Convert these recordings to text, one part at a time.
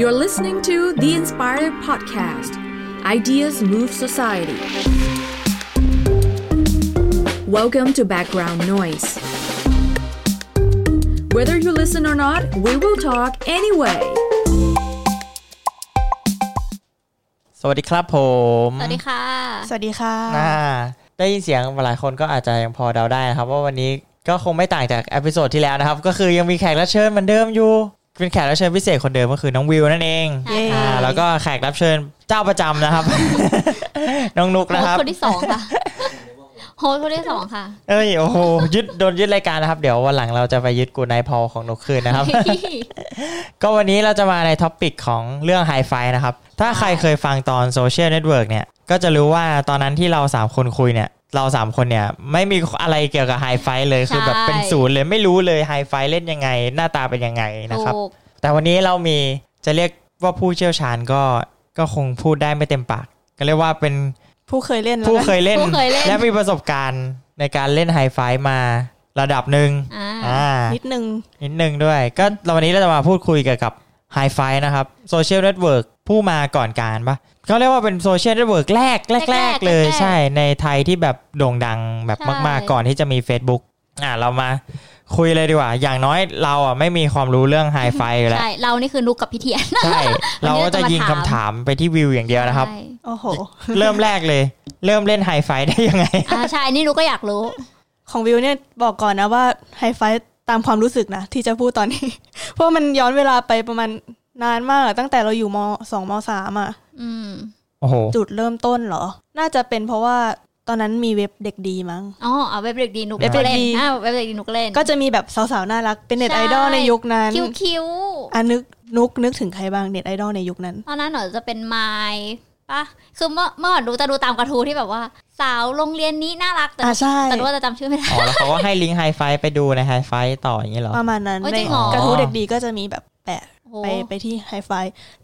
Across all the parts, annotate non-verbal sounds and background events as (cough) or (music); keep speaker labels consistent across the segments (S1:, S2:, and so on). S1: You're listening to The Inspired Podcast Ideas Move Society. Welcome to Background Noise. Whether you listen or not, we will talk anyway.
S2: สวัสดีครับผม
S3: สวัสดีค่ะ
S4: สวัสดีค่ะ
S2: อ่าได้ยินเสียงหลายคนก็อาจจะยังพอเดาได้นะครับ ว่าวันนี้ก็คงไม่ต่างจากเอพิโซดที่แล้วนะครับ ก็คือยังมีแขกรับเชิญเหมือนเดิมอยู่ เป็นแขกรับเชิญพิเศษคนเดิมก็คือน้องวิวนั่นเอง
S3: ใช่ค่ะ
S2: อ่าแล้วก็แขกรับเชิญเจ้าประจำนะครับ (laughs) น้องนุก
S3: โฮ
S2: นะค
S3: สต์
S2: รับ
S3: คนที่สองค่ะ โฮสต์คนที่สองค่ะ
S2: เอ้ยโอ้โหยึดโดนยึดรายการนะครับ เดี๋ยววันหลังเราจะไปยึดกูนายพอของนุกคืนนะครับ ก็วันนี้เราจะมาในท็อปิกของเรื่องไฮไฟนะครับ ถ้าใครเคยฟังตอนโซเชียลเน็ตเวิร์กเนี่ย ก็จะรู้ว่าตอนนั้นที่เรา 3 คนคุยเนี่ย เรา 3 คนเนี่ย ไม่มีอะไรเกี่ยวกับไฮไฟเลย คือแบบเป็น
S3: ใช่
S2: ศูนย์เลยไม่รู้เลยไฮไฟเล่นยังไง หน้าตาเป็นยังไงนะครับ
S3: ถูก
S2: แต่วันนี้เรามีจะเรียกว่าผู้เชี่ยวชาญก็ก็คงพูดได้ไม่เต็มปาก ก็เรียกว่าเป็น
S4: ผู้เคยเล่นแล้ว
S2: ผู้
S4: กัน
S2: เคยเล่น
S3: ผู้เคยเล่น
S2: และมีประสบการณ์ในการเล่นไฮไฟมาระดับหนึ่ง
S3: อ่า
S2: อ่า
S4: นิดนึง
S2: นิดนึงด้วย ก็เราวันนี้เราจะมาพูดคุยเกี่ยวกับ h i f i นะครับโซเชียลเน็ตเวิร์กผู้มาก่อนการปะเขาเรียกว่าเป็นโซเชียลเน็ตเวิร์กแรกแรกแรกเลย ใช่ในไทยที่แบบโด่งดังแบบมาก ๆ ก่อนที่จะมี Facebook อ่ะเรามาคุยเลยดีกว่า อย่างน้อยเราอ่ะไม่มีความรู้เรื่อง h i f i อยู่แล้ว
S3: ใช่ เรานี่คือนุกกับพี่เทียน
S2: ใช่ เราก็จะยิงคำถามไปที่วิวอย่างเดียวนะครับ
S3: ใช่
S4: โอ้โห
S2: เริ่มแรกเลย เริ่มเล่น h i f i ได้ยังไง (laughs)
S3: อ่าใช่ นี่นุกก็อยากรู้
S4: ของวิวเนี่ยบอกก่อนนะว่าไฮไฟว์ตามความรู้สึกนะ ที่จะพูดตอนนี้ (laughs) เพราะมันย้อนเวลาไปประมาณนานมากอะตั้งแต่เราอยู่มสองมสามอะ
S3: อืม
S2: โอ้โห
S4: จุดเริ่มต้นเหรอ น่าจะเป็นเพราะว่าตอนนั้นมีเว็บเด็กดีมั้ง
S3: อ๋อเอาเว็บเด็กดีนุก
S4: เว็บเด็กดี
S3: ล่นอ่าเว็บเด็กดีนุกเล่น
S4: ก็จะมีแบบสาวๆ น่ารักเป็นเน็ต
S3: ใช่
S4: ไอดอลในยุคนั้น
S3: คิวคิว
S4: อ่ะนึกนุกนึกถึงใครบ้างเน็ตไอดอลในยุคนั้น
S3: ตอนนั้นหนูจะเป็นไมล์ปะคือเมื่อเมื่อก่อนดูจะดูตามกระทู้ที่แบบว่า สาวโรงเรียนนี้น่ารัก แต่
S4: อ่ะใช่
S3: แต่ว่าจะจำชื่อไม่ได้
S2: อ๋อแล้วเขาก็ให้ลิงก์ h i f i ไปดูใน h i f i ต่ออย่างนี้เหรอ
S4: ประมาณนั้น
S3: โอ้ย
S4: ใน
S3: จริงเหรอ
S4: กระทู้เด็กดีก็จะมีแบบแปะ
S3: โอ้โห
S4: ไปไปที่ไฮไฟ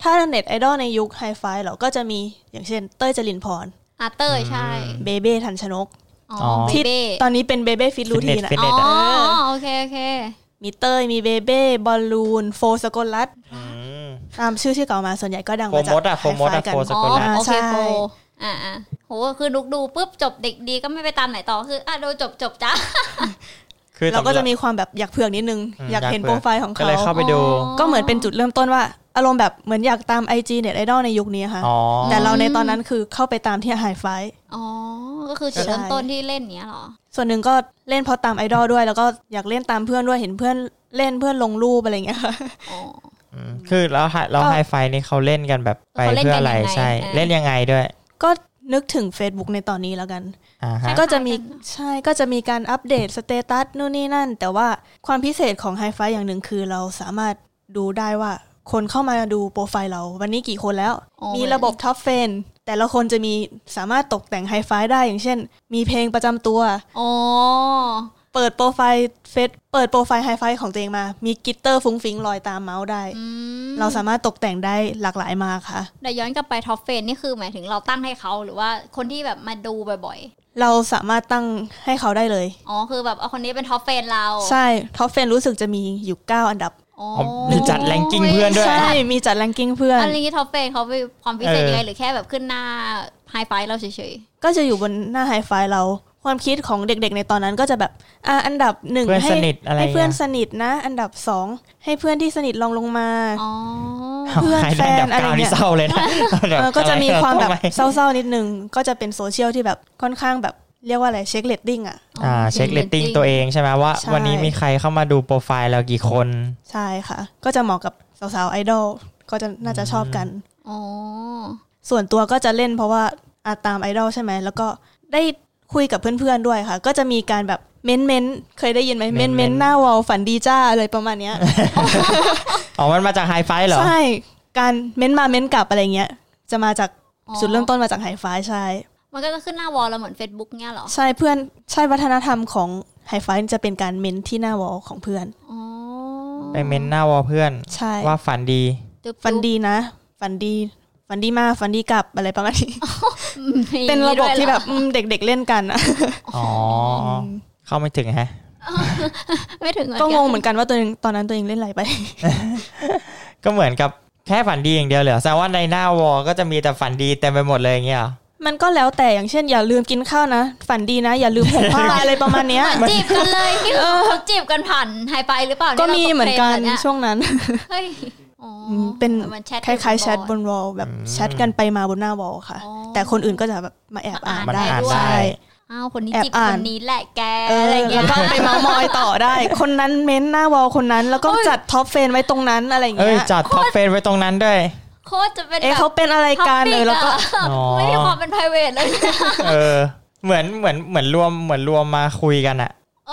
S4: ถ้าเน็ตไอดอลในยุคไฮไฟเราก็จะมีอย่างเช่น เต้ยจรินพร
S3: อาเตอร์ใช่
S4: เบเบ้ทันชนก
S3: อ๋อ
S2: อ๋อ
S3: เบเบ้
S4: ตอนนี้เป็นเบเบ้ฟิตรูทีนะ
S2: ฟิตเนสฟิตเนส
S3: อ๋อ
S4: เออ
S3: โอเค โอเค
S4: มีเต้ย มีเบเบ้บอลลูน โฟสกลรัต
S2: อืม
S4: ตามชื่อที่เก่ามาส่วนใหญ่ก็ดัง
S2: โฟ
S4: มาจาก
S2: มดอะโฟมดอะ
S4: ไฮไฟกัน
S2: โฟส
S3: อ๋อ
S2: กลรัต
S3: โอเค
S4: ใช่
S3: โฟอ่าอ่าโห คือนุกดูปุ๊บจบเด็กดีก็ไม่ไปตามไหนต่อ คือ อ่ะ ดูจบจบจ้า
S2: คือ
S4: เราก็
S2: สำหบ
S4: จะมีความแบบอยากเผือกนิดนึง
S2: อืม
S4: อยากเห็
S2: อ
S4: น
S2: ยากเผือก
S4: โปรไฟล์ของ
S2: ก็
S4: เขา
S2: เลยเข้าไปดู
S3: อ๋อ
S4: ก็เหมือนเป็นจุดเริ่มต้นว่า อารมณ์แบบเหมือนอยากตาม IG เน็ตไอดอลในยุคนี้ค่ะ
S2: อ๋อ
S4: แต่เราในตอนนั้นคือเข้าไปตามที่ไฮไฟ
S3: อ๋อ ก็ (laughs) คือจุด
S4: ใช่
S3: เริ่มต้นที่เล่นเนี้ยเหรอ
S4: ส่วนหนึ่งก็เล่นเพราะตามไอดอลด้วย แล้วก็อยากเล่นตามเพื่อนด้วยเห็นเพื่อนเล่นเพื่อนลงรูปอะไรอย่างเงี้ย (laughs) ค่ะ
S3: อ๋อ
S2: คือแล้วไฮแล้ว
S4: ก็
S2: ไฮไฟนี่เขาเล่นกันแบบไป
S3: เขาเล่น
S2: เพื่อ
S3: กัน
S2: อะไร
S3: ยังไง
S2: ใช่
S3: อ่า
S2: เล่นยังไงด้วย
S4: ก็นึกถึง Facebook ในตอนนี้แล้วกัน
S2: อ่าฮะ
S4: ก็จะมี
S3: คล้ายๆกันเนอะ
S4: ใช่ก็จะมีการอัปเดตสเตตัสนู่นนี่นั่น แต่ว่าความพิเศษของ h i ไฟอย่างหนึ่งคือเราสามารถดูได้ว่าคนเข้ามาดูโปรไฟล์เรา วันนี้กี่คนแล้ว
S3: อ๋อ
S4: มีระบบท็อปเฟนแต่ละคนจะมีสามารถตกแต่ง h i ไฟได้อย่างเช่น มีเพลงประจำตัว
S3: อ๋อ
S4: เปิดโปรไฟล์เฟซเปิดโปรไฟล์ h i ไฟของตัวเองมา มีกลิตเตอร์ฟุ้งฟิ้งลอยตามเมาส์ได้
S3: อืม
S4: เราสามารถตกแต่งได้หลากหลายมากค่ะ
S3: แต่ย้อนกลับไปท็อปเฟนนี่คือหมายถึงเราตั้งให้เขาหรือว่าคนที่แบบมาดูบ่อย
S4: เราสามารถตั้งให้เขาได้เลย
S3: ๆ อ๋อ คือแบบเอาคนนี้เป็นท็อปเฟนเรา
S4: ใช่ท็อปเฟนรู้สึกจะมีอยู่ 9 อันดับ
S3: อ๋อ
S2: อ๋อมีจัดแรงกิ้งเพื่อนด้วย
S4: ใช่ มีจัดแรงกิ้งเพื่อน
S3: อันนี้ท็อปเฟนเขาเป็นความพิเศษยังไง
S2: เออ
S3: หรือแค่แบบขึ้นหน้าไฮไฟเราเฉยๆ
S4: ก็จะอยู่บนหน้าไฮไฟเรา ความคิดของเด็กๆ ในตอนนั้นก็จะแบบอ่ะอันดับหนึ่ง
S2: เพื่อน
S4: ให้
S2: สนิทอะไร
S4: ให้
S2: เงี้ย
S4: เพื่อนสนิทนะ อันดับสองให้เพื่อนที่สนิทลองลงมา
S3: อ๋อ
S4: เพื่อน
S2: ใครได้
S4: แฟน
S2: ดับ
S4: อะไร
S2: กาวนี่
S4: เงี้ย
S2: เศร้าเลยนะ
S4: เออก็จะมีความแบบ
S2: ทำไ
S4: เศร้าๆ นิดนึง ก็จะเป็นโซเชียลที่แบบค่อนข้างแบบเรียกว่าอะไรเช็คเลตติ้งอ่ะ
S2: อ่าเช็คเลตติ้งตัวเองใช่ไหมว่า
S4: ใช่
S2: วันนี้มีใครเข้ามาดูโปรไฟล์เรากี่คน
S4: ใช่ค่ะ ก็จะเหมาะกับสาวๆ ไอดอล ก็จะน่าจะชอบกัน
S3: อ๋อ
S4: ส่วนตัวก็จะเล่นเพราะว่าอาตามไอดอลใช่ไหม แล้วก็ได้คุยกับเพื่อนๆด้วยค่ะ ก็จะมีการแบบเม้นเม้นๆเคยได้ยินไหม
S2: เม้
S4: เม้
S2: น
S4: น
S2: ๆ
S4: เม้นหน้าวอลฝันดีจ้าอะไรประมาณเนี้ย
S2: อ๋อมันมาจากไฮไฟเหรอ
S4: ใช่การเม้นมาเม้นกลับอะไรเงี้ย จะมาจาก
S3: อ๋อ
S4: จุดเริ่มต้นมาจากไฮไฟใช่
S3: มันก็จะขึ้นหน้าวอลเราเหมือน Facebook เนี่ยเหรอ
S4: ใช่เพื่อนใช่วัฒนธรรมของไฮไฟจะเป็นการเม้นที่หน้าวอลของเพื่อน
S3: อ๋อ
S2: ไปเมนหน้าวอลเพื่อน
S4: ใช่
S2: ว่าฝันดี
S3: จุ๊บๆ
S4: ฝันดีนะ ฝันดีฝันดีมากฝันดีกลับอะไรประมาณนี้
S3: อืมมี
S4: เป็นระบบ
S3: ด้วยหอ
S4: ที่แบบอืมเด็กๆเล่นกันอะ
S2: อ๋ออ๋อเข้าไม่ถึงฮะ
S3: ไม่ถึง
S4: ก็งงเหมือนกันว่าตัวเองตอนนั้นตัวเองเล่นอะไรไป
S2: ก็เหมือนกับ แค่ฝันดีอย่างเดียวเหรอแสดงว่าในหน้าวอลก็จะมีแต่ฝันดีเต็มไปหมดเลยอย่างเงี้ยเหรอ
S4: มันก็แล้วแต่อย่างเช่น อย่าลืมกินข้าวนะ ฝันดีนะ อย่าลืมห่มผ้า อะไรประมาณเนี้ย
S3: เหมือนจีบกันเลยที่เขาจีบกันผ่านไฮไฟหรือเปล่า
S4: ก็
S3: ยรา
S4: มีเหมือนกัน
S3: ตเทรด์ย
S4: ช่วงนั้น
S3: เฮ้ยอ๋อ
S4: มเป็น
S3: หมือนแชท
S4: คล้ายๆแชทบ
S3: น
S4: นวอลแบบ
S2: อืม
S4: แชทกันไปมาบนหน้าวอลค่ะ
S3: อ๋อ
S4: แต่คนอื่นก็จะแบบมาแอบอ่าน
S2: มา
S4: ได้
S2: อ่านได้
S4: ใช่
S3: อ้าวคนนี้
S4: แอบ
S3: จีบ
S4: อ่า
S3: คน นนี้แหละแก
S4: เออ
S3: อะไรเงี้
S4: แล้
S3: ยว
S4: ก็ไปเมาส์มอยต่อได้ คนนั้นเม้นหน้าวอลคนนั้น แล้วก็จัดท็อปเฟนไว้ตรงนั้นอะไรอย่าง
S2: เอ้ย
S4: เงี้ย
S2: จัดท็อปเฟนไว้ตรงนั้นด้วย
S3: โคตรจะเป็น
S4: เอ๊ะ
S3: แบบ
S4: เขาเป็นอะไรกัน
S3: ท็
S4: เอ
S3: ปิ
S4: อแล้วก็
S3: อะ
S2: อ๋อ
S3: ไม่มีความเป็น p r i v a t เลย
S2: เออ เหมือนเหมือนเหมือนรวมเหมือนรวมมาคุยกันอะ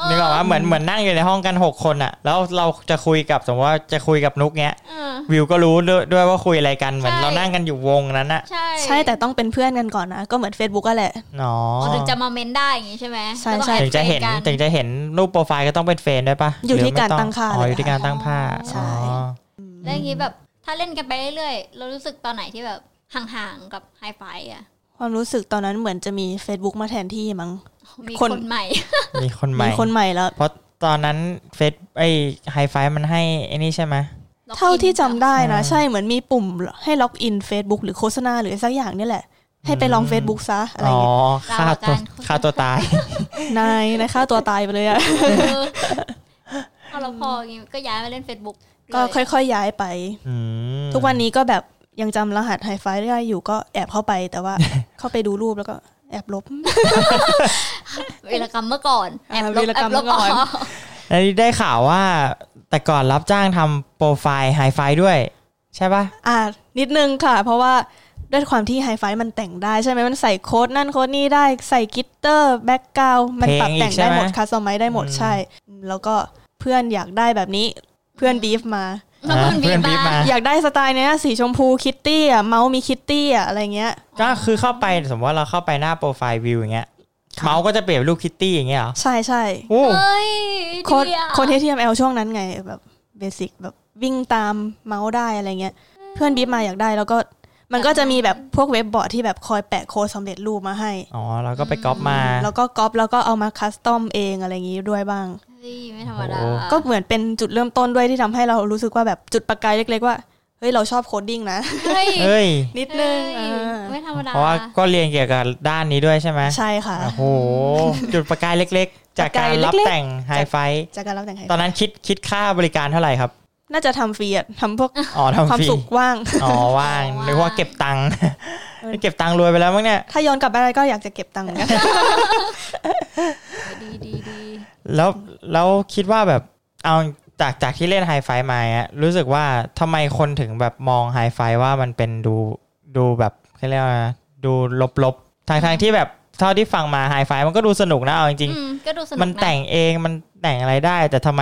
S2: นึกออกว่าเหมือนเหมือนนั่งอยู่ในห้องกันหกคนอะแล้วเราจะคุยกับสมมติว่าจะคุยกับนุกเนี้ย
S3: เออ
S2: วิวก็รู้ด้วยด้วยว่าคุยอะไรกันเหมือน
S3: ใช่
S2: เรานั่งกันอยู่วงนั้นอะ
S3: ใช่
S4: ใช่แต่ต้องเป็นเพื่อนกันก่อนนะ ก็เหมือน Facebook ก็แหละ
S2: เนาะ
S3: ถึงจะมาเมนได้อย่างงี้ใช่ไหม
S4: ใช่
S3: แล้วก็
S4: ใช่
S3: แอด
S2: ถึงจะเห็น
S3: กั
S2: ถึงจะเห็นรูปโปรไฟล์ก็ต้องเป็นเฟรนด์ด้วยปะ
S4: อยู่ที่
S2: หไม่
S4: การตั้งค่า
S2: อ๋อ
S4: เลย
S2: อยู่ที่การตั้งผ้า
S4: ใช่
S2: อ๋อ
S3: แล้วอย่างนี้แบบถ้าเล่นกันไปเรื่อยๆ เรารู้สึกตอนไหนที่แบบห่างๆกับไฮไฟอ่ะ
S4: ความรู้สึกตอนนั้นเหมือนจะมี Facebook มาแทนที่มั้ง
S3: มี
S4: ค
S3: คน นใหม่
S2: มีคนใหม่
S4: มีคนใหม่แล้ว
S2: เพราะตอนนั้นเฟซไอไฮไฟมันให้ไอ้นี่ใช่ไหม
S4: (laughs) เท่าที่จำได้นะ
S2: อ่า
S4: ใช่เหมือนมีปุ่มให้ล็อกอิน Facebook หรือโฆษณาหรือสักอย่างเนี่ยแหละ ให้ไปลอง
S2: อืม
S4: Facebook ซะอะไรอ
S2: อ๋อย่าง
S4: เงี้ย
S2: ฆ่าตัวฆ่าตัวตาย
S4: นายนะค่าตัวตายไปเลยอะ
S3: เอ
S4: (laughs)
S3: อเอาเราพออย่างงี้ก็ย้ายมาเล่น Facebook
S4: ก็ค่อยๆย้ายไป
S2: อืม
S4: ทุกวันนี้ก็แบบยังจำรหัสไฮไฟได้อยู่ก็แอบเข้าไปแต่
S2: (laughs)
S4: ว่า เข้าไปดูรูปแล้วก็แอบล (laughs) บ
S3: เวลกรรมเมื่อก่อนแอบลบ
S4: อ่าวีร
S3: แอก
S4: รร
S3: บ
S4: ม
S3: ลบ
S4: เมื่อก่อ
S3: ออก
S4: น
S2: แล้วนี่ได้ข่าวว่าแต่ก่อนรับจ้างทำโปรไฟล์ไฮไฟด้วย ใช่ปะ
S4: อ่านิดนึงค่ะ เพราะว่าด้วยความที่ไฮไฟมันแต่งได้ใช่ไหมมันใส่โค้ดนั่นโค้ดนี่ได้ใส่กิตเตอร์แบ็กกราวมันปรับแต่งได้หมดคัสตอมไมได้หมดใช่ แล้วก็เพื่อนอยากได้แบบนี้เพื่อนบีฟมา
S3: แล้วเพื่อนบีบ
S2: บีบ
S3: มา
S2: มา
S4: อยากได้สไตล์เนี้ยสีชมพูคิตตี้อ่ะเมาส์มีคิตตี้อ่ะอะไรเงี้ย
S2: ก็คือเข้าไปสมมติว่าเราเข้าไปหน้าโปรไฟล์วิวอย่างเงี้ย
S4: ค่ะ
S2: เมาส์ก็จะเปลี่ยนเป็นรูปคิตตี้อย่างเงี้ยเหรอ
S4: ใช่ใช่
S2: โอ้
S3: เฮ้ย
S4: โคนคน HTML ช่วงนั้นไงแบบเบสิกแบบวิ่งตามเมาส์ได้อะไรเงี้ย เพื่อนบีบมาอยากได้แล้วก็มันก็จะมีแบบพวกเว็บบอร์ดที่แบบคอยแปะโค้ดสำเร็จรูปมาให้
S2: อ๋อเราก็ไปก๊อปมา
S4: แล้วก็ก๊อปแล้วก็เอามาคัสตอมเองอะไรอย่างนี้ด้วยบ้าง
S3: เฮ้ยไม่ธรรมดา
S4: ก็เหมือนเป็นจุดเริ่มต้นด้วยที่ทำให้เรารู้สึกว่าแบบจุดประกายเล็ก ๆ ว่า เฮ้ย เราชอบโคดดิ้ง
S3: (laughs)
S4: นะ
S3: เฮ้ย
S2: เฮ้ย
S4: นิดนึง
S3: เฮ้ย
S4: อ่า
S3: ไม่ธรรมดา
S2: เพราะว่าก็เรียนเกี่ยวกับด้านนี้ด้วยใช่ไหม
S4: ใช่ค่ะ
S2: โอ้โหจุดประกายเล็กๆ จา
S4: ประ
S2: กา
S4: กาก
S2: ย ร
S4: เล็กๆ
S2: รับแต่งไฮไฟ
S4: จากการรับแต่งให้
S2: ตอนนั้นคิดคิดค่าบริการเท่าไหร่ครับ
S4: น่าจะทำฟรีอะทำพวก
S2: อ๋อ
S4: ควา
S2: ทำ
S4: ม
S2: ฟรี
S4: สุขว่าง
S2: อ๋อว่างนึกว่าเก็บตังค์ เก็บตังค์รวยไปแล้วมั้งเนี่ย
S4: ถ้าย้อนกลับไปได้ก็อยากจะเก็บตังค์เหมือนกัน
S3: (laughs) ดีดีดี
S2: แล้วแล้วคิดว่าแบบเอาจากจากที่เล่นไฮไฟมาอะรู้สึกว่าทำไมคนถึงแบบมองไฮไฟว่ามันเป็นดูดูแบบเขาเรียกว่าอะไรนะดูลบๆทางทางที่แบบเท่าที่ฟังมาไฮไฟมันก็ดูสนุกนะเอาจริง
S3: อืมก็ดูสนุก
S2: ๆมันแต่งเองมันแต่งอะไรได้ แต่ทำไม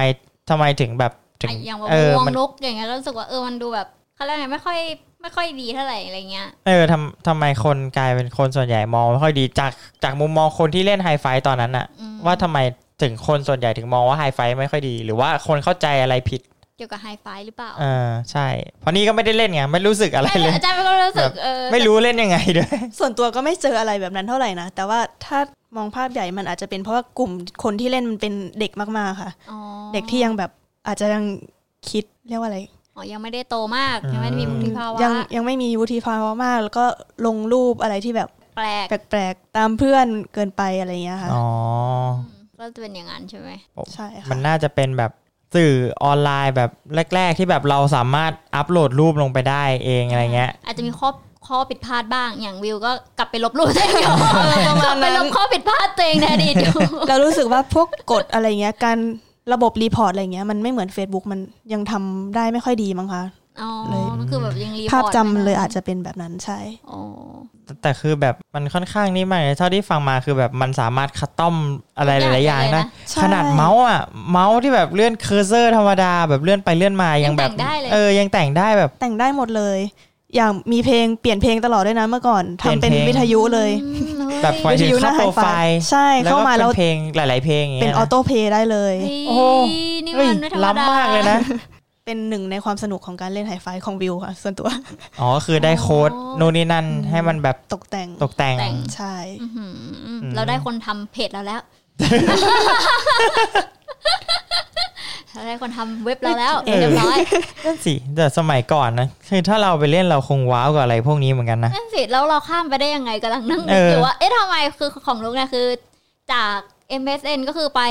S2: ทำไมถึงแบบถึง
S3: อ่ะอย่างแบบ
S2: เออ
S3: วง
S2: มัน
S3: นกอย่างเงี้ยแล้วรู้สึกว่าเออมันดูแบบเขาเรียกไงไม่ค่อยไม่ค่อยดีเท่าไหร่อะไรเงี้ย
S2: เออทำทำไมคนกลายเป็นคนส่วนใหญ่มองไม่ค่อยดีจากจากมุมมองคนที่เล่นไฮไฟตอนนั้นอะ
S3: อืม
S2: ว่าทำไมถึงคนส่วนใหญ่ถึงมองว่าไฮไฟไม่ค่อยดี หรือว่าคนเข้าใจอะไรผิด
S3: เกี่ยวกับไฮไฟหรือเปล่า
S2: เออใช่ เพราะนี่ก็ไม่ได้เล่นไงไม่รู้สึกอะไร
S3: ใช่
S2: เลย
S3: อาจารย์ก็รู้สึก
S2: แบบ
S3: เออ
S2: ไม่รู้เล่นยังไงด้วย
S4: ส่วนตัวก็ไม่เจออะไรแบบนั้นเท่าไหร่นะ แต่ว่าถ้ามองภาพใหญ่มันอาจจะเป็นเพราะว่ากลุ่มคนที่เล่นมันเป็นเด็กมากๆค่ะ
S3: อ๋อ
S4: เด็กที่ยังแบบอาจจะยังคิดเรียกว่าอะไร
S3: อ๋อยังไม่ได้โตมากยังไม่ได้มีมุทิภาวะ
S4: ยังยังไม่มีวุฒิภาวะมาก แล้วก็ลงรูปอะไรที่แบบ
S3: แปลก
S4: แปลกๆ ตามเพื่อนเกินไปอะไรอย่างเงี้ยค่ะ
S2: อ๋อ
S3: ก็จะเป็นอย่างนั้นใช่ไหม
S4: ใช่
S2: มั
S4: ค่ะ
S2: นน่าจะเป็นแบบสื่อออนไลน์แบบแรก ๆ ที่แบบเราสามารถอัพโหลดรูปลงไปได้เองอะไรเงี้ย
S3: อาจจะมีข้อข้อผิดพลาดบ้างอย่างวิวก็กลับไปลบรูปตัวเองอยู่
S4: ประ
S3: ก
S4: มา
S3: ลับ
S4: ณ
S3: ไป
S4: นั้น
S3: ลบข้อผิดพลาดตัวเองในอดีตอยู่
S4: เรารู้สึกว่าพวกกฎอะไรเงี้ยการระบบรีพอร์ตอะไรเงี้ยมันไม่เหมือน Facebook มันยังทำได้ไม่ค่อยดีมั้งคะ
S3: อ๋อมันคือแบบยังรีพอร์ต
S4: ภาพจำเลยอาจจะเป็นแบบนั้นใช่
S3: อ๋อ
S2: แต่แต่คือแบบมันค่อนข้างนี่มากเลยเท่าที่ฟังมาคือแบบมันสามารถคัสตอมอะไรหลายๆอย่างได้
S4: ใช่
S2: ขนาดเมาส์อ่ะเมาส์ที่แบบเลื่อนเคอร์เซอร์ธรรมดาแบบเลื่อนไปเลื่อนมายังแบบเออยังแต่งได้แบบ
S4: แต่งได้หมดเลย อย่างมีเพลงเปลี่ยนเพลงตลอดด้วยนะเมื่อก่อนทำ
S2: เปลี่
S4: เป็
S2: ยนเพ
S4: น
S2: ลง
S4: วิทยุเลย
S3: อืม
S2: แบบหมายถึง
S4: วิทยุ
S2: เข้า
S4: ห
S2: โปรไฟ
S4: hi-fi
S2: ล์
S4: ใช่เข้ามาแล้ว
S2: ก็เป็นเพลงหลาย ๆ เพลงอย่าง
S4: เป็
S2: งี้
S4: น
S2: ย
S4: ออโต้เพย์ได้เลย
S3: เฮ้ย
S2: โอ้โห
S3: นี่
S2: เฮ้ย
S3: มันไม่ธรรมดา
S2: ล้ำมากเลยนะ
S4: เป็นหนึ่งในความสนุกของการเล่นไฮไฟของวิวค่ะ ส่วน (laughs) ตัว
S2: อ๋อ คือได้โค้ดนู่นนี่นั่นให้มันแบบ
S4: ตกแต่ง
S2: ตกแต่ง
S3: แต่ง
S4: ใช่
S3: อื้อหือ
S2: (laughs)
S3: เราได้คนทำเพจเราแล้ว เราได้คนทำเว็บเราแล้ว
S2: เออ
S3: เรียบร้อย
S2: นั่นสิแต่สมัยก่อนนะคือถ้าเราไปเล่นเราคงว้าวกับอะไรพวกนี้เหมือนกันนะ
S3: นั่นสิแล้วเราข้ามไปได้ยังไงกำลังนั่ง
S2: เอออ
S3: นึกอยู่ว่าเอ๊ะทำไมคือของลูกเนี่ยคือ จาก MSN ก็คือไป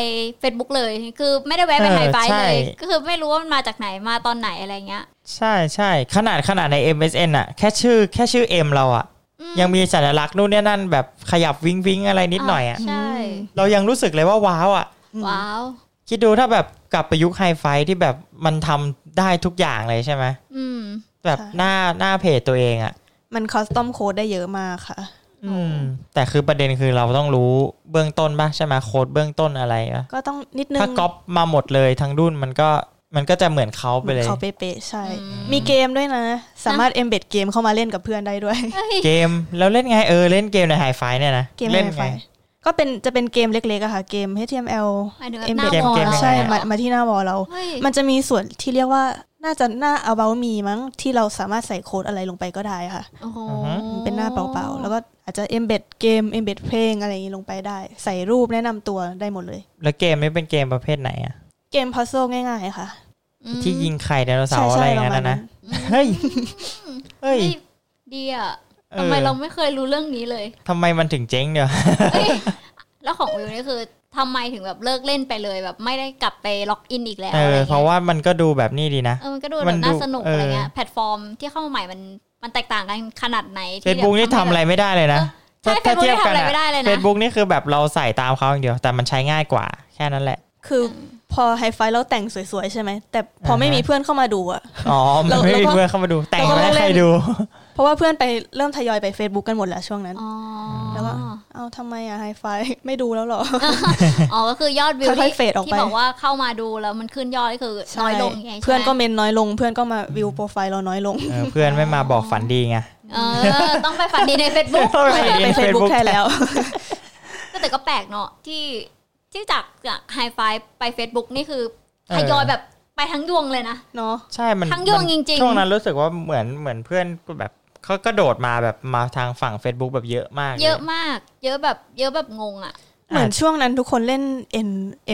S3: Facebook เลย คือไม่ได้แวะไป
S2: เออ
S3: ไฮไฟ
S2: ใช่
S3: เลยก็คือไม่รู้ว่ามันมาจากไหนมาตอนไหนอะไรเงี้ย
S2: ใช่ใช่ขนาดขนาดใน MSN อะแค่ชื่อแค่ชื่อ M เราอะ
S3: อืม
S2: ยังมีสัญลักษณ์นู่นเนี่ยนั่นแบบขยับวิงวิงอะไรนิดหน่อยอะ
S3: าใช่
S2: เรายังรู้สึกเลยว่าว้าวอะ
S3: ว้าว
S2: คิดดูถ้าแบบกลับไปยุคไฮไฟที่แบบมันทำได้ทุกอย่างเลยใช่ไหม
S3: อืม
S2: แบบ
S4: ใช่
S2: หน้าหน้าเพจตัวเองอะ
S4: มันคอสตอมโค้ดได้เยอะมากค่ะ
S2: อืม แต่คือประเด็นคือเราต้องรู้เบื้องต้นป่ะใช่ไหมโค้ดเบื้องต้นอะไรปะ
S4: ก็ต้องนิดนึง
S2: ถ้าก๊อปมาหมดเลยทั้งรุ่นมันก็มันก็จะเหมือนเขาไป
S4: เหมือน
S2: เลย
S4: เขาเป๊ะๆใช่
S3: อืม
S4: มีเกมด้วยนะ สามารถ embed เกมเข้ามาเล่นกับเพื่อนได้ด้วย (laughs)
S3: เอ้ย
S2: เกมแล้วเล่นไงเออเล่นเกมในไฮไฟเนี่ยนะ
S4: เกม
S2: เล่น
S4: ไฟก็เป็นจะเป็นเกมเล็กๆอะค่ะ เกม HTML
S3: หมายถึงแบบหน้า
S4: embed
S3: มอ
S2: เกม
S3: เรา
S4: ใช่
S3: เหร
S4: มา
S3: อ
S4: มาที่หน้าวอลเรา
S3: เฮ้ย
S4: มันจะมีส่วนที่เรียกว่าน่าจะหน้า about me มั้งที่เราสามารถใส่โค้ดอะไรลงไปก็ได้ค่ะ
S3: โอ้โห
S4: มันเป็นหน้าเปล่าๆ แล้วก็อาจจะ embed เกม embed เพลงอะไรอย่างนี้ลงไปได้ ใส่รูปแนะนำตัวได้หมดเลย
S2: แล้วเกมนี้เป็นเกมประเภทไหนอะ
S4: เกมพัซโซง่ายๆค่ะ
S3: อืม
S2: ที่ยิงไข่ไดโนเสาร์อะไรอย่างนั้นอะนะ
S3: อืม
S2: เฮ้ยเฮ้
S3: เฮ้
S2: ย
S3: ยดีอ่ะ
S2: เอ
S3: ทำไม
S2: อ
S3: เราไม่เคยรู้เรื่องนี้เลย
S2: ทำไมมันถึงเจ๊งเดียว
S3: เอ้ยแล้วของวิวนี่คือทำไมถึงแบบเลิกเล่นไปเลยแบบไม่ได้กลับไปล็อกอินอีกแล้ว
S2: เอ
S3: อะ
S2: อ
S3: ไรเงี้ย
S2: เพราะว่ามันก็ดูแบบนี้ดีนะ
S3: เออมันก็ดู
S2: มั
S3: แบ
S2: น
S3: บ
S2: ดู
S3: น่าสนุก
S2: เอออ
S3: อะไรเงี้ยแพลตฟอร์มที่เข้ามาใหม่มันมันแตกต่างกันขนาดไหน
S2: เฟซบุ๊กนี่ทำอะไรไม่ได้เลยนะ
S3: ใช่เฟซบุ๊กนี่ทำอะไรไม่ได้เลย
S2: เฟซ
S3: นะ
S2: บุ๊กนี่คือแบบเราใส่ตามเขาอย่างเดียว แต่มันใช้ง่ายกว่าแค่นั้นแหละ
S4: คือพอไฮไฟเราแต่งสวยๆ ใช่ไหม แต่พอไม่
S2: อ่าฮะ
S4: มีเพื่อนเข้ามาดูอะ
S2: อ๋อมันไม่มี
S4: เราก็
S2: เพื่อนเข้ามาดู แต่ง
S4: เราก็
S2: ไม่ให้
S4: เล่น
S2: ใครดู
S4: เพราะว่าเพื่อนไปเริ่มทยอยไป Facebook กันหมดแล้วช่วงนั้น
S3: อ๋อ
S4: แล้วก็ เอาทำไมอะไฮไฟ ไม่ดูแล้วเหรอ
S3: อ๋อก็คือยอดวิว
S4: ค่อย
S3: ที่
S4: ๆเฟดออกไป
S3: ที่บอกว่าเข้ามาดูแล้วมันขึ้นยอดก็คือน้อยลงไงใช่ไหม
S4: เพื่อนก็เมนน้อยลง เพื่อนก็มาวิวโปรไฟล์เราน้อยลง
S2: เออเพื่อนไม่มาบอกฝันดีไง
S3: เออ ต้องไปฝันดีใน
S2: (laughs)
S3: Facebook
S2: ต้องไป
S4: ไป
S2: Facebook
S4: Facebook แทนแล้ว
S3: ก็แต่ก็แปลกเนาะที่ที่จากจากไฮไฟไป Facebook นี่คือ
S2: เออ
S3: ทยอยแบบไปทั้งยวงเลยนะ
S4: เนาะ
S2: ใช่ มัน
S3: ทั้งยวง
S2: มัน
S3: จริงๆ
S2: ช่วงนั้นรู้สึกว่าเหมือนเหมือนเพื่อนก็แบบเขาก็โดดมาแบบมาทางฝั่ง Facebook แบบเยอะมากล
S3: เยอะมาก เยอะแบบเยอะแบบงงอ่ะ
S4: เหมือนช่วงนั้นทุกคนเล่น N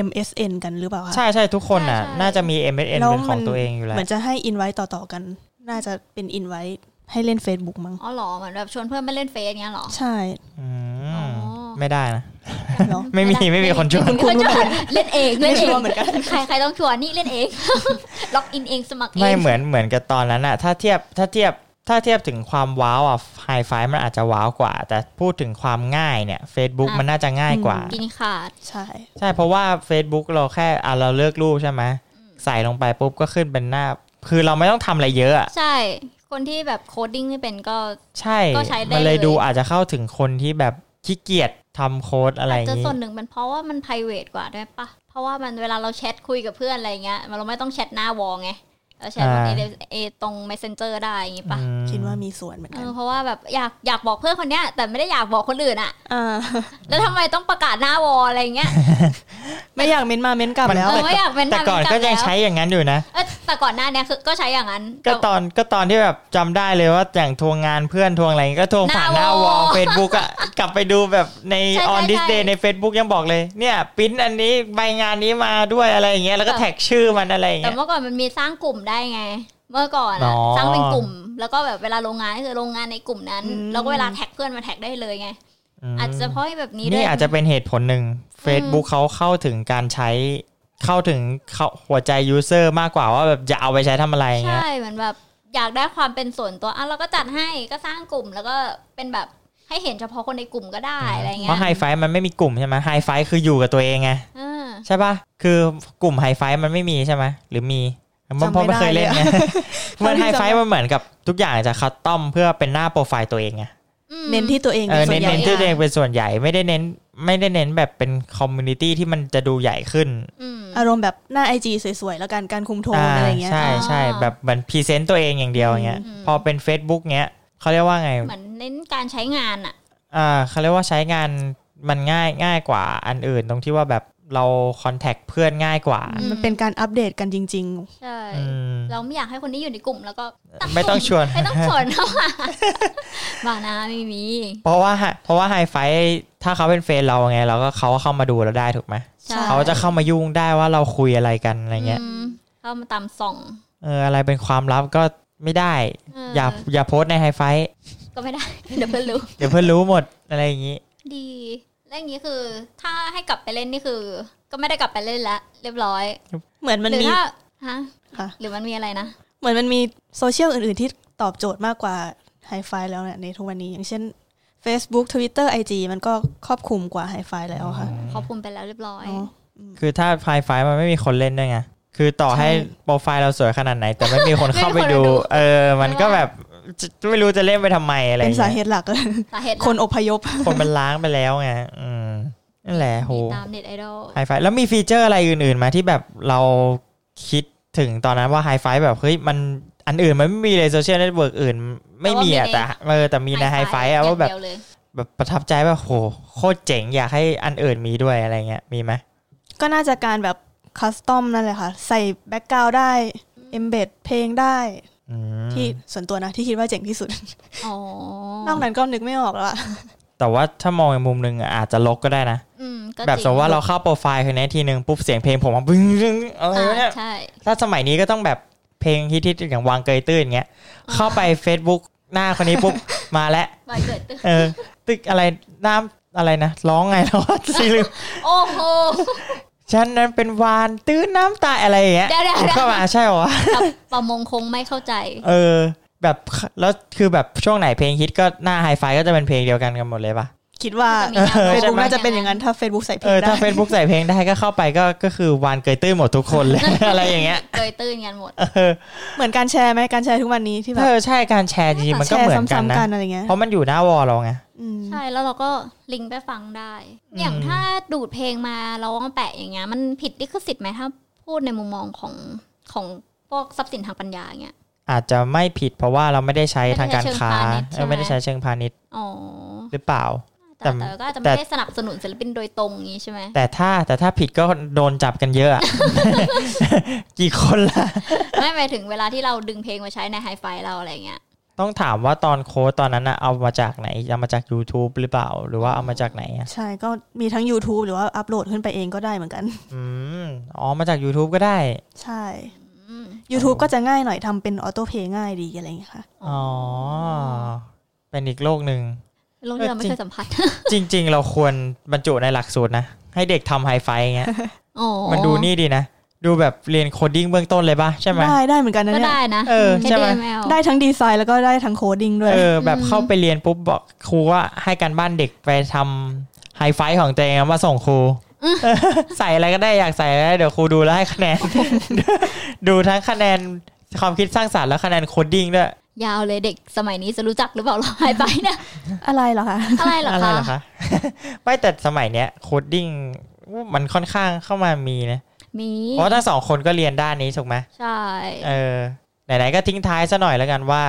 S4: MSN กันหรือเปล่าคะ
S2: ใช่ใช่ทุกคนอ่ะ
S3: ใช่
S2: น่าจะมี MSN เป็นของตัวเองอยู่แล้ว
S4: เหมือนจะให้อินไว้ต่อๆกัน น่าจะเป็นอินไว้ให้เล่น Facebook มั้ง
S3: อ๋อเหรอเหมือนแบบชวนเพื่อนมาเล่นเฟซเงี้ยเหรอ
S4: ใช่
S2: อื
S3: อ๋
S2: ม
S3: อ
S2: ไม่ได้นะ
S4: เนาะ
S2: (laughs) ไม่มีไม่มีคนชวน
S3: ไม่มีคนชวน (laughs) เล่นเองเล่นเอ
S4: ไม่ช
S3: ง
S4: วนเหมือนกัน
S3: ใครใครต้องชวนนี่เล่นเอง (laughs) ล็อกอินเองสมัครเอ
S2: ไม่
S3: ง
S2: เหมือนเหมือนกับตอนนั้นอ่ะ ถ้าเทียบถ้าเทียบถ้าเทียบถึงความว้าวอ่ะไฮไฟมันอาจจะว้าวกว่า แต่พูดถึงความง่ายเนี่ย Facebook มันน่าจะง่ายกว่า
S3: กินขาด
S4: ใช่
S2: ใช่เพราะว่า Facebook เราแค่อ่ะเราเลือกรูปใช่ไหมใส่ลงไปปุ๊บก็ขึ้นเป็นหน้า คือเราไม่ต้องทำอะไรเยอะอะ
S3: ใช่ คนที่แบบโคดดิ้งไม่เป็นก็
S2: ใช่
S3: ก็ใช้ได้
S2: มันเลย
S3: เลย
S2: ดูอาจจะเข้าถึงคนที่แบบขี้เกียจทำโค้ดอะไร
S3: อา
S2: อ
S3: จ
S2: ย่าง
S3: จะ
S2: นี้
S3: ส่วนหนึ่งเป็นเพราะว่ามัน p r i v a t กว่าด้วยปะเพราะว่ามันเวลาเราแชทคุยกับเพื่อนอะไรเงี้ยเราไม่ต้องแชทหน้าวอลไงเราแชทบน
S2: อ่า
S3: เอเอตรง messenger ได้อย่างงี้ปะ
S2: อืม
S4: คิดว่ามีส่วนเหมือน
S3: เอ
S4: กัน
S3: อเพราะว่าแบบอยากอยากบอกเพื่อนคนเนี้ย แต่ไม่ได้อยากบอกคนอื่นอะ
S4: ่า (laughs)
S3: แล้วทำไมต้องประกาศหน้าวอลอะไรเงี้ย
S4: ไม่อยากเม้นมาเม้นกลับแล้ว
S3: เออไม่อยากเป็น
S2: แต่ก่อนก็ยังใช้อย่างนั้นอยู่นะ
S3: เออแต่ก่อนหน้าเนี้ยคือก็ใช้อย่างนั้น
S2: ก็ตอนก็ตอนที่แบบจำได้เลยว่าอย่างทวงงานเพื่อนทวงอะไรก็ทวงผ่านห
S3: ห
S2: น้า
S3: น้าว ว
S2: อ
S3: อ
S2: ล
S3: ล
S2: เฟซบุ๊กอะ (laughs) กลับไปดูแบบใน
S3: ใช่
S2: on
S3: ใช่
S2: this
S3: ใช่
S2: day ใน Facebook ยังบอกเลย เนี่ยปริ้นอันนี้ใบงานนี้มาด้วยอะไรอย่างเงี้ยแล้วก็
S3: แต่
S2: แท็กชื่อมันอะไรอย่าง
S3: แต่
S2: เงี้ย
S3: เมื่อก่อนมันมีสร้างกลุ่มได้ไง เมื่อก่อน
S2: อ๋
S3: อะ
S2: อ
S3: สร้างเป็นกลุ่ม แล้วก็แบบเวลาโรงงานก็คือโรงงานในกลุ่มนั้น
S4: อืม
S3: แล้วก็เวลาแท็กเพื่อนมาแท็กได้เลยไง
S2: ม
S3: อาจจะเพราะแบบนี้ด้วย
S2: นี่อาจจะเป็นเหตุผลหนึ่ง Facebook เขาเข้าถึงการใช้เข้าถึงเขาหัวใจยูเซอร์มากกว่าว่าแบบจะเอาไปใช้ทำอะไรอย่างเงี้ย
S3: ใช่เหมือนแบบอยากได้ความเป็นส่วนตัวอ่ะเราก็จัดให้ก็สร้างกลุ่มแล้วก็เป็นแบบให้เห็นเฉพาะคนในกลุ่มก็ได้อะไร
S2: เพ
S3: เงี้
S2: ราะ
S3: ย
S2: ไฮไฟมันไม่มีกลุ่มใช่ไหมไฮไฟคืออยู่กับตัวเองไง
S3: เออ
S2: ใช่ปะคือกลุ่มไฮไฟมันไม่มีใช่ไหมหรือมีมันเพราะไม่เคยเล่นไงมันไฮไฟมันเหมือนกับทุกอย่างจะคัสตอมเพื่อเป็นหน้าโปรไฟล์ตัวเองไง
S3: อืม
S4: เน้นที่ตัวเอง
S2: เออ
S4: ส่ว
S2: เน้
S4: น
S2: น
S4: ใหญ่
S2: เน้นที่ตัวเองเป็นส่วนใหญ่ไม่ได้เน้น ไม่ได้เน้นแบบเป็นคอมมูนิตี้ที่มันจะดูใหญ่ขึ้น
S3: อืม
S4: อารมณ์แบบหน้าไอจีสวยๆ แล้วกันการคุมโทน
S2: อ่า
S4: อะไรเงี้ย
S2: ใช่ใช่
S3: อ่า
S2: แบบเหมือนพรีเซนต์ตัวเองอย่างเดียวอย่างเงี้ย
S3: อืม
S2: พอเป็น Facebook เงี้ยเขาเรียกว่าไง
S3: เหมือนเน้นการใช้งานอ่ะ
S2: อ่าเขาเรียกว่าใช้งานมันง่ายง่ายกว่าอันอื่น ตรงที่ว่าแบบเราคอนแทคเพื่อนง่ายกว่า
S3: อืม
S4: มันเป็นการอัปเดตกันจริง
S3: ใช่
S2: อืม
S3: เราไม่อยากให้คนนี้อยู่ในกลุ่มแล้วก็
S2: ไม่ต้องชวน
S3: ไม่ต้องช
S2: (laughs)
S3: วนเข้ามาบ้านะไม่มี
S2: เพราะว่าเพราะว่าไฮไฟถ้าเขาเป็นเฟนเราไงเราก็เขาก็เข้ามาดูเราได้ถูกไหม
S4: ใช่
S2: เขาจะเข้ามายุ่งได้ว่าเราคุยอะไรกันอะไรเงี้ย
S3: อืม เข้ามาตามส่อง
S2: เอออะไรเป็นความลับก็ไม่ได้
S3: เ
S2: อย่าอย่าโพสต์ในไฮไฟว์
S3: ก็ไม่ได้ (laughs) เดี๋ยวเพื่อนรู้
S2: เดี๋ยวเพื่อนรู้หมดอะไรอย่างนี้
S3: ดีแล้วอย่างนี้คือ ถ้าให้กลับไปเล่นนี่คือ ก็ไม่ได้กลับไปเล่นละเรียบร้อย
S4: เหมือนมัน
S3: หรือ
S4: มี
S3: ถ้าฮะ
S4: ค่ะ
S3: หรือมันมีอะไรนะ
S4: เหมือนมันมีโซเชียลอื่น ๆ ที่ตอบโจทย์มากกว่าไฮไฟแล้วเนี่ยในทุกวันนี้ อย่างเช่น Facebook Twitter IG มันก็ครอบคลุมกว่าไฮไฟแล้วค่ะ
S3: ขอบคุมไปแล้วเรียบร้อย
S4: เนาะ
S2: คือถ้าไฮไฟว์มันไม่มีคนเล่นด้วยไงคือต่อให้
S4: ใช่
S2: โปรไฟล์เราสวยขนาดไหน แต่ไม่มีคนเข้าไปดู
S3: ไม่มีคนไปดู
S2: เออ มันก็แบบจะไม่รู้จะเล่นไปทำไมอะไรอ
S4: เป็น
S2: ย่าง
S4: สา
S2: เงี้ย
S4: เหตุหลัก
S2: (laughs)
S4: เลย
S3: สาเหตุหลัก
S4: คนอพยพ
S2: คนมันล้างไปแล้วไงอืมนั่นแหละโห
S3: ติดตามเน็ตไอดอล
S2: ไฮไฟแล้วมีฟีเจอร์อะไรอื่นๆไหมาที่แบบเราคิดถึงตอนนั้นว่าไฮไฟแบบเฮ้ยมันอันอื่นมันไม่มีเลยโซเชียลเน็ตเวิร์กอื่น ไม่มีอะแต่เออแต่มีในไฮไฟอะว่าแบบ
S3: เดียเลย
S2: แบบประทับใจว่าโหโคตรเจ๋งอยากให้อันอื่นมีด้วยอะไรเงี้ยมีไหม
S4: ก็น่าจะการแบบคัสตอมนั่นแหละค่ะ ใส่แบ็กกราวด์ได้ embed เพลงได้
S2: อืม
S4: ที่ส่วนตัวนะ ที่คิดว่าเจ๋งที่สุด
S3: อ๋อน
S4: อกนั้นก็นึกไม่ออกแล้วอะ
S2: แต่ว่าถ้ามองในมุมหนึ่งอาจจะลกก็ได้นะ
S3: อืมก็
S2: แบบ
S3: จริง
S2: สมมติว่าเราเข้าโปรไฟล์คนนี้ทีนึงปุ๊บเสียงเพลงผมมาบึ้งบึ้งอะไรวะเนี่ย
S3: าใช่
S2: ถ้าสมัยนี้ก็ต้องแบบเพลงฮิตๆอย่างวางเกยตื้นอย่างเงี้ย เข้าไป Facebook หน้าคนนี้ปุ๊บ มาแล้ว
S3: ใบเกิดตึก
S2: เออ ตึกอะไรน้ำอะไรนะ ร้องไงแล้ววะ สิลืม
S3: โอ้โห
S2: ฉันนั้นเป็นวานตื้นน้ำตาอะไรอย่างเงี้ย
S3: เดี๋ยวเดี๋ยวเดี๋ยว
S2: เข้ามาใช่เหรอวะ
S3: กับประมงคงไม่เข้าใจ
S2: เออ แบบแล้วคือแบบช่วงไหนเพลงฮิตก็หน้าไฮไฟก็จะเป็นเพลงเดียวกันกันหมดเลยปะ
S4: คิดว่า
S3: ก็จะมีแนวโน้ม
S4: เฟซบุ๊กน่าจะเป็นอย่างนั้นถ้า Facebook ใส่เพล
S2: เอง อ
S4: ได้
S2: ถ้า Facebook ใส่เพลงได้ก็เข้าไปก็ก็คือวานเกยตื้นหมดทุกคนเลย (laughs) อะไรอย่างเงี้ย
S3: เกยตื้นกันหมด
S2: เออ
S4: เหมือนการแชร์ไหมการแชร์ทุกวันนี้ที่แบ
S2: เอบ อใช่การแชร์จริงๆมัน
S4: แช
S2: ก็
S4: ร์
S2: เหมือนกัน
S4: ซ้ำ
S2: นะ
S4: ๆกันอะไรเงี้ย
S2: เพราะมันอยู่หน้าวอลเราไง
S4: อืม
S3: ใช่แล้วเราก็ลิงก์ไปฟังได้ อย่าง
S2: อืม
S3: ถ้าดูดเพลงมาเราเอาแปะอย่างเงี้ยมันผิดลิขสิทธิ์ไหมถ้าพูดในมุมมองของของพวกทรัพย์สินทางปัญญาอย่างเงี้ย
S2: อาจจะไม่ผิดเพราะว่าเราไม่ได้ใช้ทางการค้า
S3: ไม่ได้ใช้เชิงพาณิชย์ใช่ไหม
S2: ไม่ได้ใช้เชิงพาณิชย์
S3: อ๋อ
S2: หรือเปล่า
S3: แต่
S2: แต่
S3: แต่ก็อาจจะ
S2: แต่
S3: ไม่ได้สนับสนุนศิลปินโดยตรงอย่างงี้ใช่ไหม
S2: แต่ถ้าแต่ถ้าผิดก็โดนจับกันเยอะอะ (laughs) กี่คนล่ะ
S3: ไม่หมายถึงเวลาที่เราดึงเพลงมาใช้ในไฮไฟเราอะไรเงี้ย
S2: ต้องถามว่าตอนโค้ดตอนนั้นอะเอามาจากไหนเอามาจาก YouTube หรือเปล่า หรือว่าเอามาจากไหนอะ
S4: ใช่ก็มีทั้ง YouTube หรือว่าอัปโหลดขึ้นไปเองก็ได้เหมือนกัน
S2: อืมอ๋อมาจาก YouTube ก็ได้
S4: ใช่
S3: อืม
S4: YouTube ก็จะง่ายหน่อยทำเป็นออโต้เพย์ง่ายดีอะไรอย่างเงี้ยค่ะ
S2: อ๋อ เป็นอีกโลกหนึ่ง
S3: โลกที่เราไม่เคย
S2: (laughs)
S3: สัมผัส
S2: จริง ๆ เราควรบรรจุในหลักสูตรนะ ให้เด็กทำไฮไฟเงี้ย
S3: อ๋อ
S2: มันดูนี่ดีนะ ดูแบบเรียนโคดดิ้งเบื้องต้นเลยป่ะใช่ไหม
S4: ได้ได้เหมือนกันนะ
S3: ก็
S4: เนี่ย
S3: ได้นะ
S2: เออ
S3: ไม่
S2: ใช่ไหม
S3: ได้แมว
S4: ได้ทั้งดีไซน์แล้วก็ได้ทั้งโคดดิ้งด้วย
S2: เออแบบ
S3: อืม
S2: เข้าไปเรียนปุ๊บบอกครูว่าให้การบ้านเด็กไปทำไฮไฟของตัวเองมาส่งครู ใส่อะไรก็ได้อยากใส่อะไรเดี๋ยวครูดูแล้วให้คะแนน ดูทั้งคะแนนความคิดสร้างสรรค์และคะแนนโคดดิ้งด้วย
S3: ยาวเลยเด็กสมัยนี้จะรู้จักหรือเปล่าเราไฮไฟเนี่ย
S4: อะไรเหรอคะ
S3: อะไรเหรอ
S2: อะไร
S3: คะ
S2: เหรอคะ (laughs) ไม่แต่สมัยเนี้ยโคดดิ้งมันค่อนข้างเข้ามามีนะ
S3: มี
S2: เพราะทั้งสองคนก็เรียนด้านนี้ถูกไหม
S3: ใช่
S2: เออไหนๆก็ทิ้งท้ายซะหน่อยแล้วกันว่า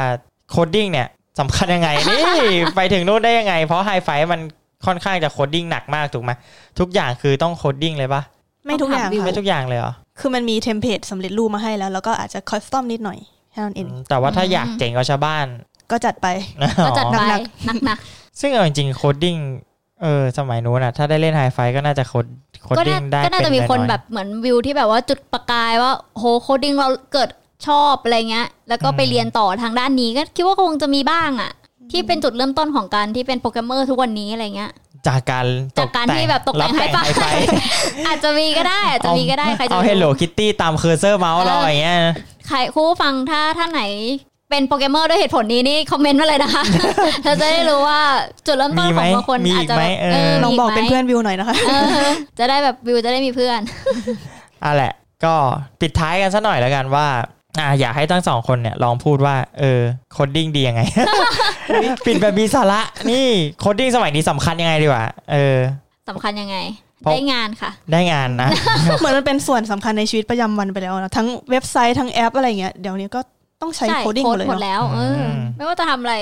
S2: โคดดิ้งเนี่ยสำคัญยังไง นี่ (laughs) ไปถึงนู่นได้ยังไง เพราะไฮไฟมันค่อนข้างจะโคดดิ้งหนักมากถูกไหมทุกอย่างคือต้องโคดดิ้งเลยปะ
S4: ไม่ทุกอย่าง
S2: ไม่
S4: ค่ะ
S2: ทุกอย่างเลยเหรอ
S4: คือมันมีเทมเพลตสำเร็จรูปมาให้แล้ว แล้วก็อาจจะคัสตอมนิดหน่อยแค่นั้นเอง
S2: อืมแต่ว่าถ้าอยากเจ๋งกว่าชาวบ้าน (laughs)
S4: ก็จัดไป
S3: ก็จัดไป
S4: หนัก
S3: หนัก
S2: ซึ่งเอาจริงๆโคดดิ้งเออสมัยนู้นอะถ้าได้เล่นไฮไฟก็น่าจะโคดโคด
S3: ก็
S2: ดิ้
S3: น่าง
S2: ได้
S3: ก็น่า
S2: เป็
S3: จะมีคน
S2: อยๆ
S3: แบบเหมือนวิวที่แบบว่าจุดประกายว่าโหโคดดิ้งเราเกิดชอบอะไรเงี้ย แล้วก็ไปเรียนต่อทางด้านนี้ก็คิดว่าคงจะมีบ้างอะที่เป็นจุดเริ่มต้นของการที่เป็นโปรแกรมเมอร์ทุกวันนี้อะไรเงี้ย
S2: จากการ
S3: จากการที่แบบตกแต่ง
S2: รับ
S3: Hi-Fi
S2: Hi-Fi
S3: อาจจะมีก็ได้อาจจะมีก็ได้ใคร
S2: (laughs)
S3: จะ
S2: เอา
S3: รู้
S2: เฮลโลคิตตี้ตามเคอร์เซอร์เมาส์เราอย่างเงี้ยนะ
S3: ใครคู่ฟังถ้าท่านไหนเป็นโปรแกรมเมอร์ด้วยเหตุผลนี้นี่คอมเมนต์มาเลย
S2: (laughs)
S3: นะคะ เราจะได้รู้ว่าจุดเริ่มต้
S2: มี
S3: นข
S2: ไหม
S3: องบางคน
S2: มี
S3: อา
S2: อี
S3: จ
S2: ก
S3: จะ
S2: ไหม
S3: แบบ
S2: เอ
S3: เออ
S2: อ
S4: ลอง
S3: มี
S4: บอก
S3: ไหม
S4: เป็นเพื่อนวิวหน่อยนะคะ (laughs)
S3: (laughs) เออจะได้แบบวิวจะได้มีเพื่อน
S2: อ่ะแหละ ก็ปิดท้ายกันซะหน่อยแล้วกันว่าอ่ะอยากให้ทั้งสองคนเนี่ยลองพูดว่าเออโคดดิ้งดียังไง (laughs) ปิดแบบมีสาระนี่โคดดิ้งสมัยนี้สำคัญยังไงดีวะเออ
S3: สำคัญยังไง
S2: เพราะ
S3: ได้งานค่ะ
S2: ได้งานนะ (laughs)
S4: เหมือนมันเป็นส่วนสำคัญในชีวิตประจำวันไปแล้วนะทั้งเว็บไซต์ทั้งแอปอะไรเงี้ยเดี๋ยวนี้ก็ต้องใช้โคดดิ้งหมดเลย
S3: หม
S4: เนาะ
S3: ดแล้ว เอออ
S2: ม
S3: ไม่ว่าจะทำอะไร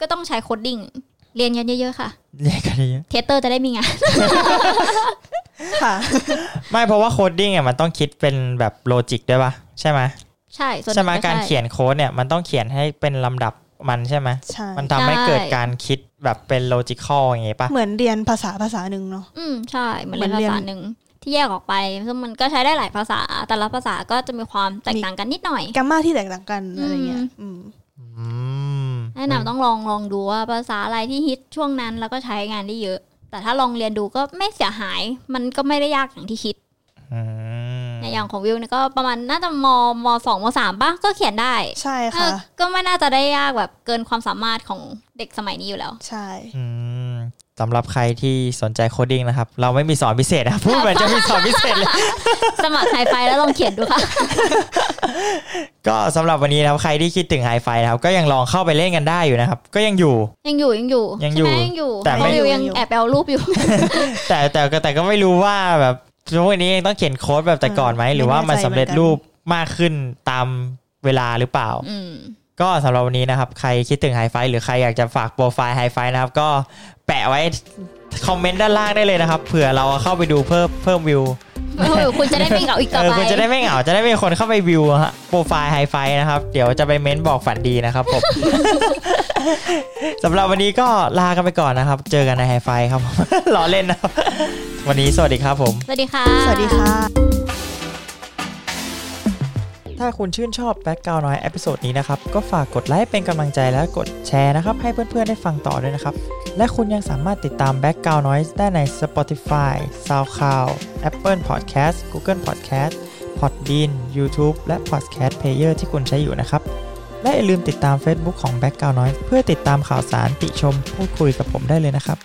S3: ก็ต้องใช้โคดดิ้ง เรียนกันเยอะๆค่ะ
S2: เรียกกันเยอะ
S3: เทสเตอร์จะได้มีงาน (laughs)
S4: ค่ะ
S2: ไม่เพราะว่าโคดดิ้งอ่ะมันต้องคิดเป็นแบบโลจิกด้วยป่ะใช่ไหม
S3: ใช่ส่วน
S2: ใช่ไหม
S3: นึ่ง
S2: การ
S3: ใช่
S2: เขียนโค้ดเนี่ยมันต้องเขียนให้เป็นลำดับมันใช่ไหม
S4: ใช่
S2: มันทำให้
S3: ใช่
S2: เกิดการคิดแบบเป็นโลจิคอลอย่างงี้ป่ะ
S4: เหมือนเรียนภาษาภาษาหนึ่งเนาะ
S3: อืมใช่เหมือน
S4: เหมื
S3: เรีน
S4: อย นเรียน
S3: ภาษาหนึ่ง ที่แยกออกไปซึ่งมันก็ใช้ได้หลายภาษา แต่ละภาษาก็จะมีความแตกต่างกันนิดหน่อย
S4: แกมมาที่แตกต่างกันอะไรเงี้ยอืม
S2: อืม
S3: แนะนำต้องลองลองดูว่าภาษาอะไรที่ฮิตช่วงนั้นแล้วก็ใช้งานได้เยอะ แต่ถ้าลองเรียนดูก็ไม่เสียหาย มันก็ไม่ได้ยากอย่างที่คิด
S2: อืม
S3: เนี่ยอย่างของวิวเนี่ยก็ประมาณน่าจะมมสองมสามป่ะก็เขียนได้
S4: ใช่
S3: เอ
S4: ค่ะ
S3: อก็ไม่น่าจะได้ยากแบบเกินความสามารถของเด็กสมัยนี้อยู่แล้ว
S4: ใช่
S2: อืมสำหรับใครที่สนใจโคดดิ้งนะครับ เราไม่มีสอนพิเศษนะครับพูดเหมือนจะมีสอนพิเศษเลย (laughs)
S3: สมัครไฮไฟแล้วลองเขียนดูค่ะ
S2: ก็สำหรับวันนี้นะครับใครที่คิดถึงไฮไฟนะครับ ก็ยังลองเข้าไปเล่นกันได้อยู่นะครับ ก็ยังอยู่
S3: (laughs) ยังอยู่ยังอยู่
S2: ยัง
S3: ใช่ไห
S2: อ
S3: ม
S2: ยู่
S3: ยังอยู่
S2: แต่
S3: เพ
S2: ไม่
S3: ราะวิวยังแอบแอลรูปอยู่
S2: แต่แต่แต่แต่ก็ไม่รู้ว่าแบบช่วงนี้ยังต้องเขียนโค้ดแบบแต่ก่อนไหมหรือว่ามันสำเร็จรูปมากขึ้นตามเวลาหรือเปล่า
S3: อืม
S2: ก็สำหรับวันนี้นะครับ ใครคิดถึงไฮไฟหรือใครอยากจะฝากโปรไฟล์ไฮไฟนะครับ ก็แปะไว้คอมเมนต์ด้านล่างได้เลยนะครับ เผื่อเราเข้าไปดูเพิ่มเพิ่มวิว
S3: คุณจะได้ไม่เหงาอีกต่อ
S2: เออ
S3: ไป
S2: คุณจะได้ไม่เหงา จะได้มีคนเข้าไปวิวฮะโปรไฟล์ไฮไฟนะครับ เดี๋ยวจะไปเม้นบอกฝันดีนะครับผม (laughs) สำหรับวันนี้ก็ลากันไปก่อนนะครับ เจอกันในไฮไฟครับผม (laughs) ล้อเล่นนะครับ วันนี้สวัสดีครับผม
S3: สวัสดีค่ะ
S4: สวัสดีค่ะ
S2: ถ้าคุณชื่นชอบแบ็กกราวน้อยเอพิโซดนี้นะครับ ก็ฝากกดไลค์เป็นกำลังใจและกดแชร์นะครับ ให้เพื่อนๆได้ฟังต่อด้วยนะครับ และคุณยังสามารถติดตามแบ็กกราวน้อยได้ใน Spotify, SoundCloud, Apple Podcast, Google Podcast, Podbean, YouTube และ Podcast Player ที่คุณใช้อยู่นะครับ และอย่าลืมติดตาม Facebook ของ b a c k g r o u n d Noise เพื่อติดตามข่าวสารติชมพูดคุยกับผมได้เลยนะครับ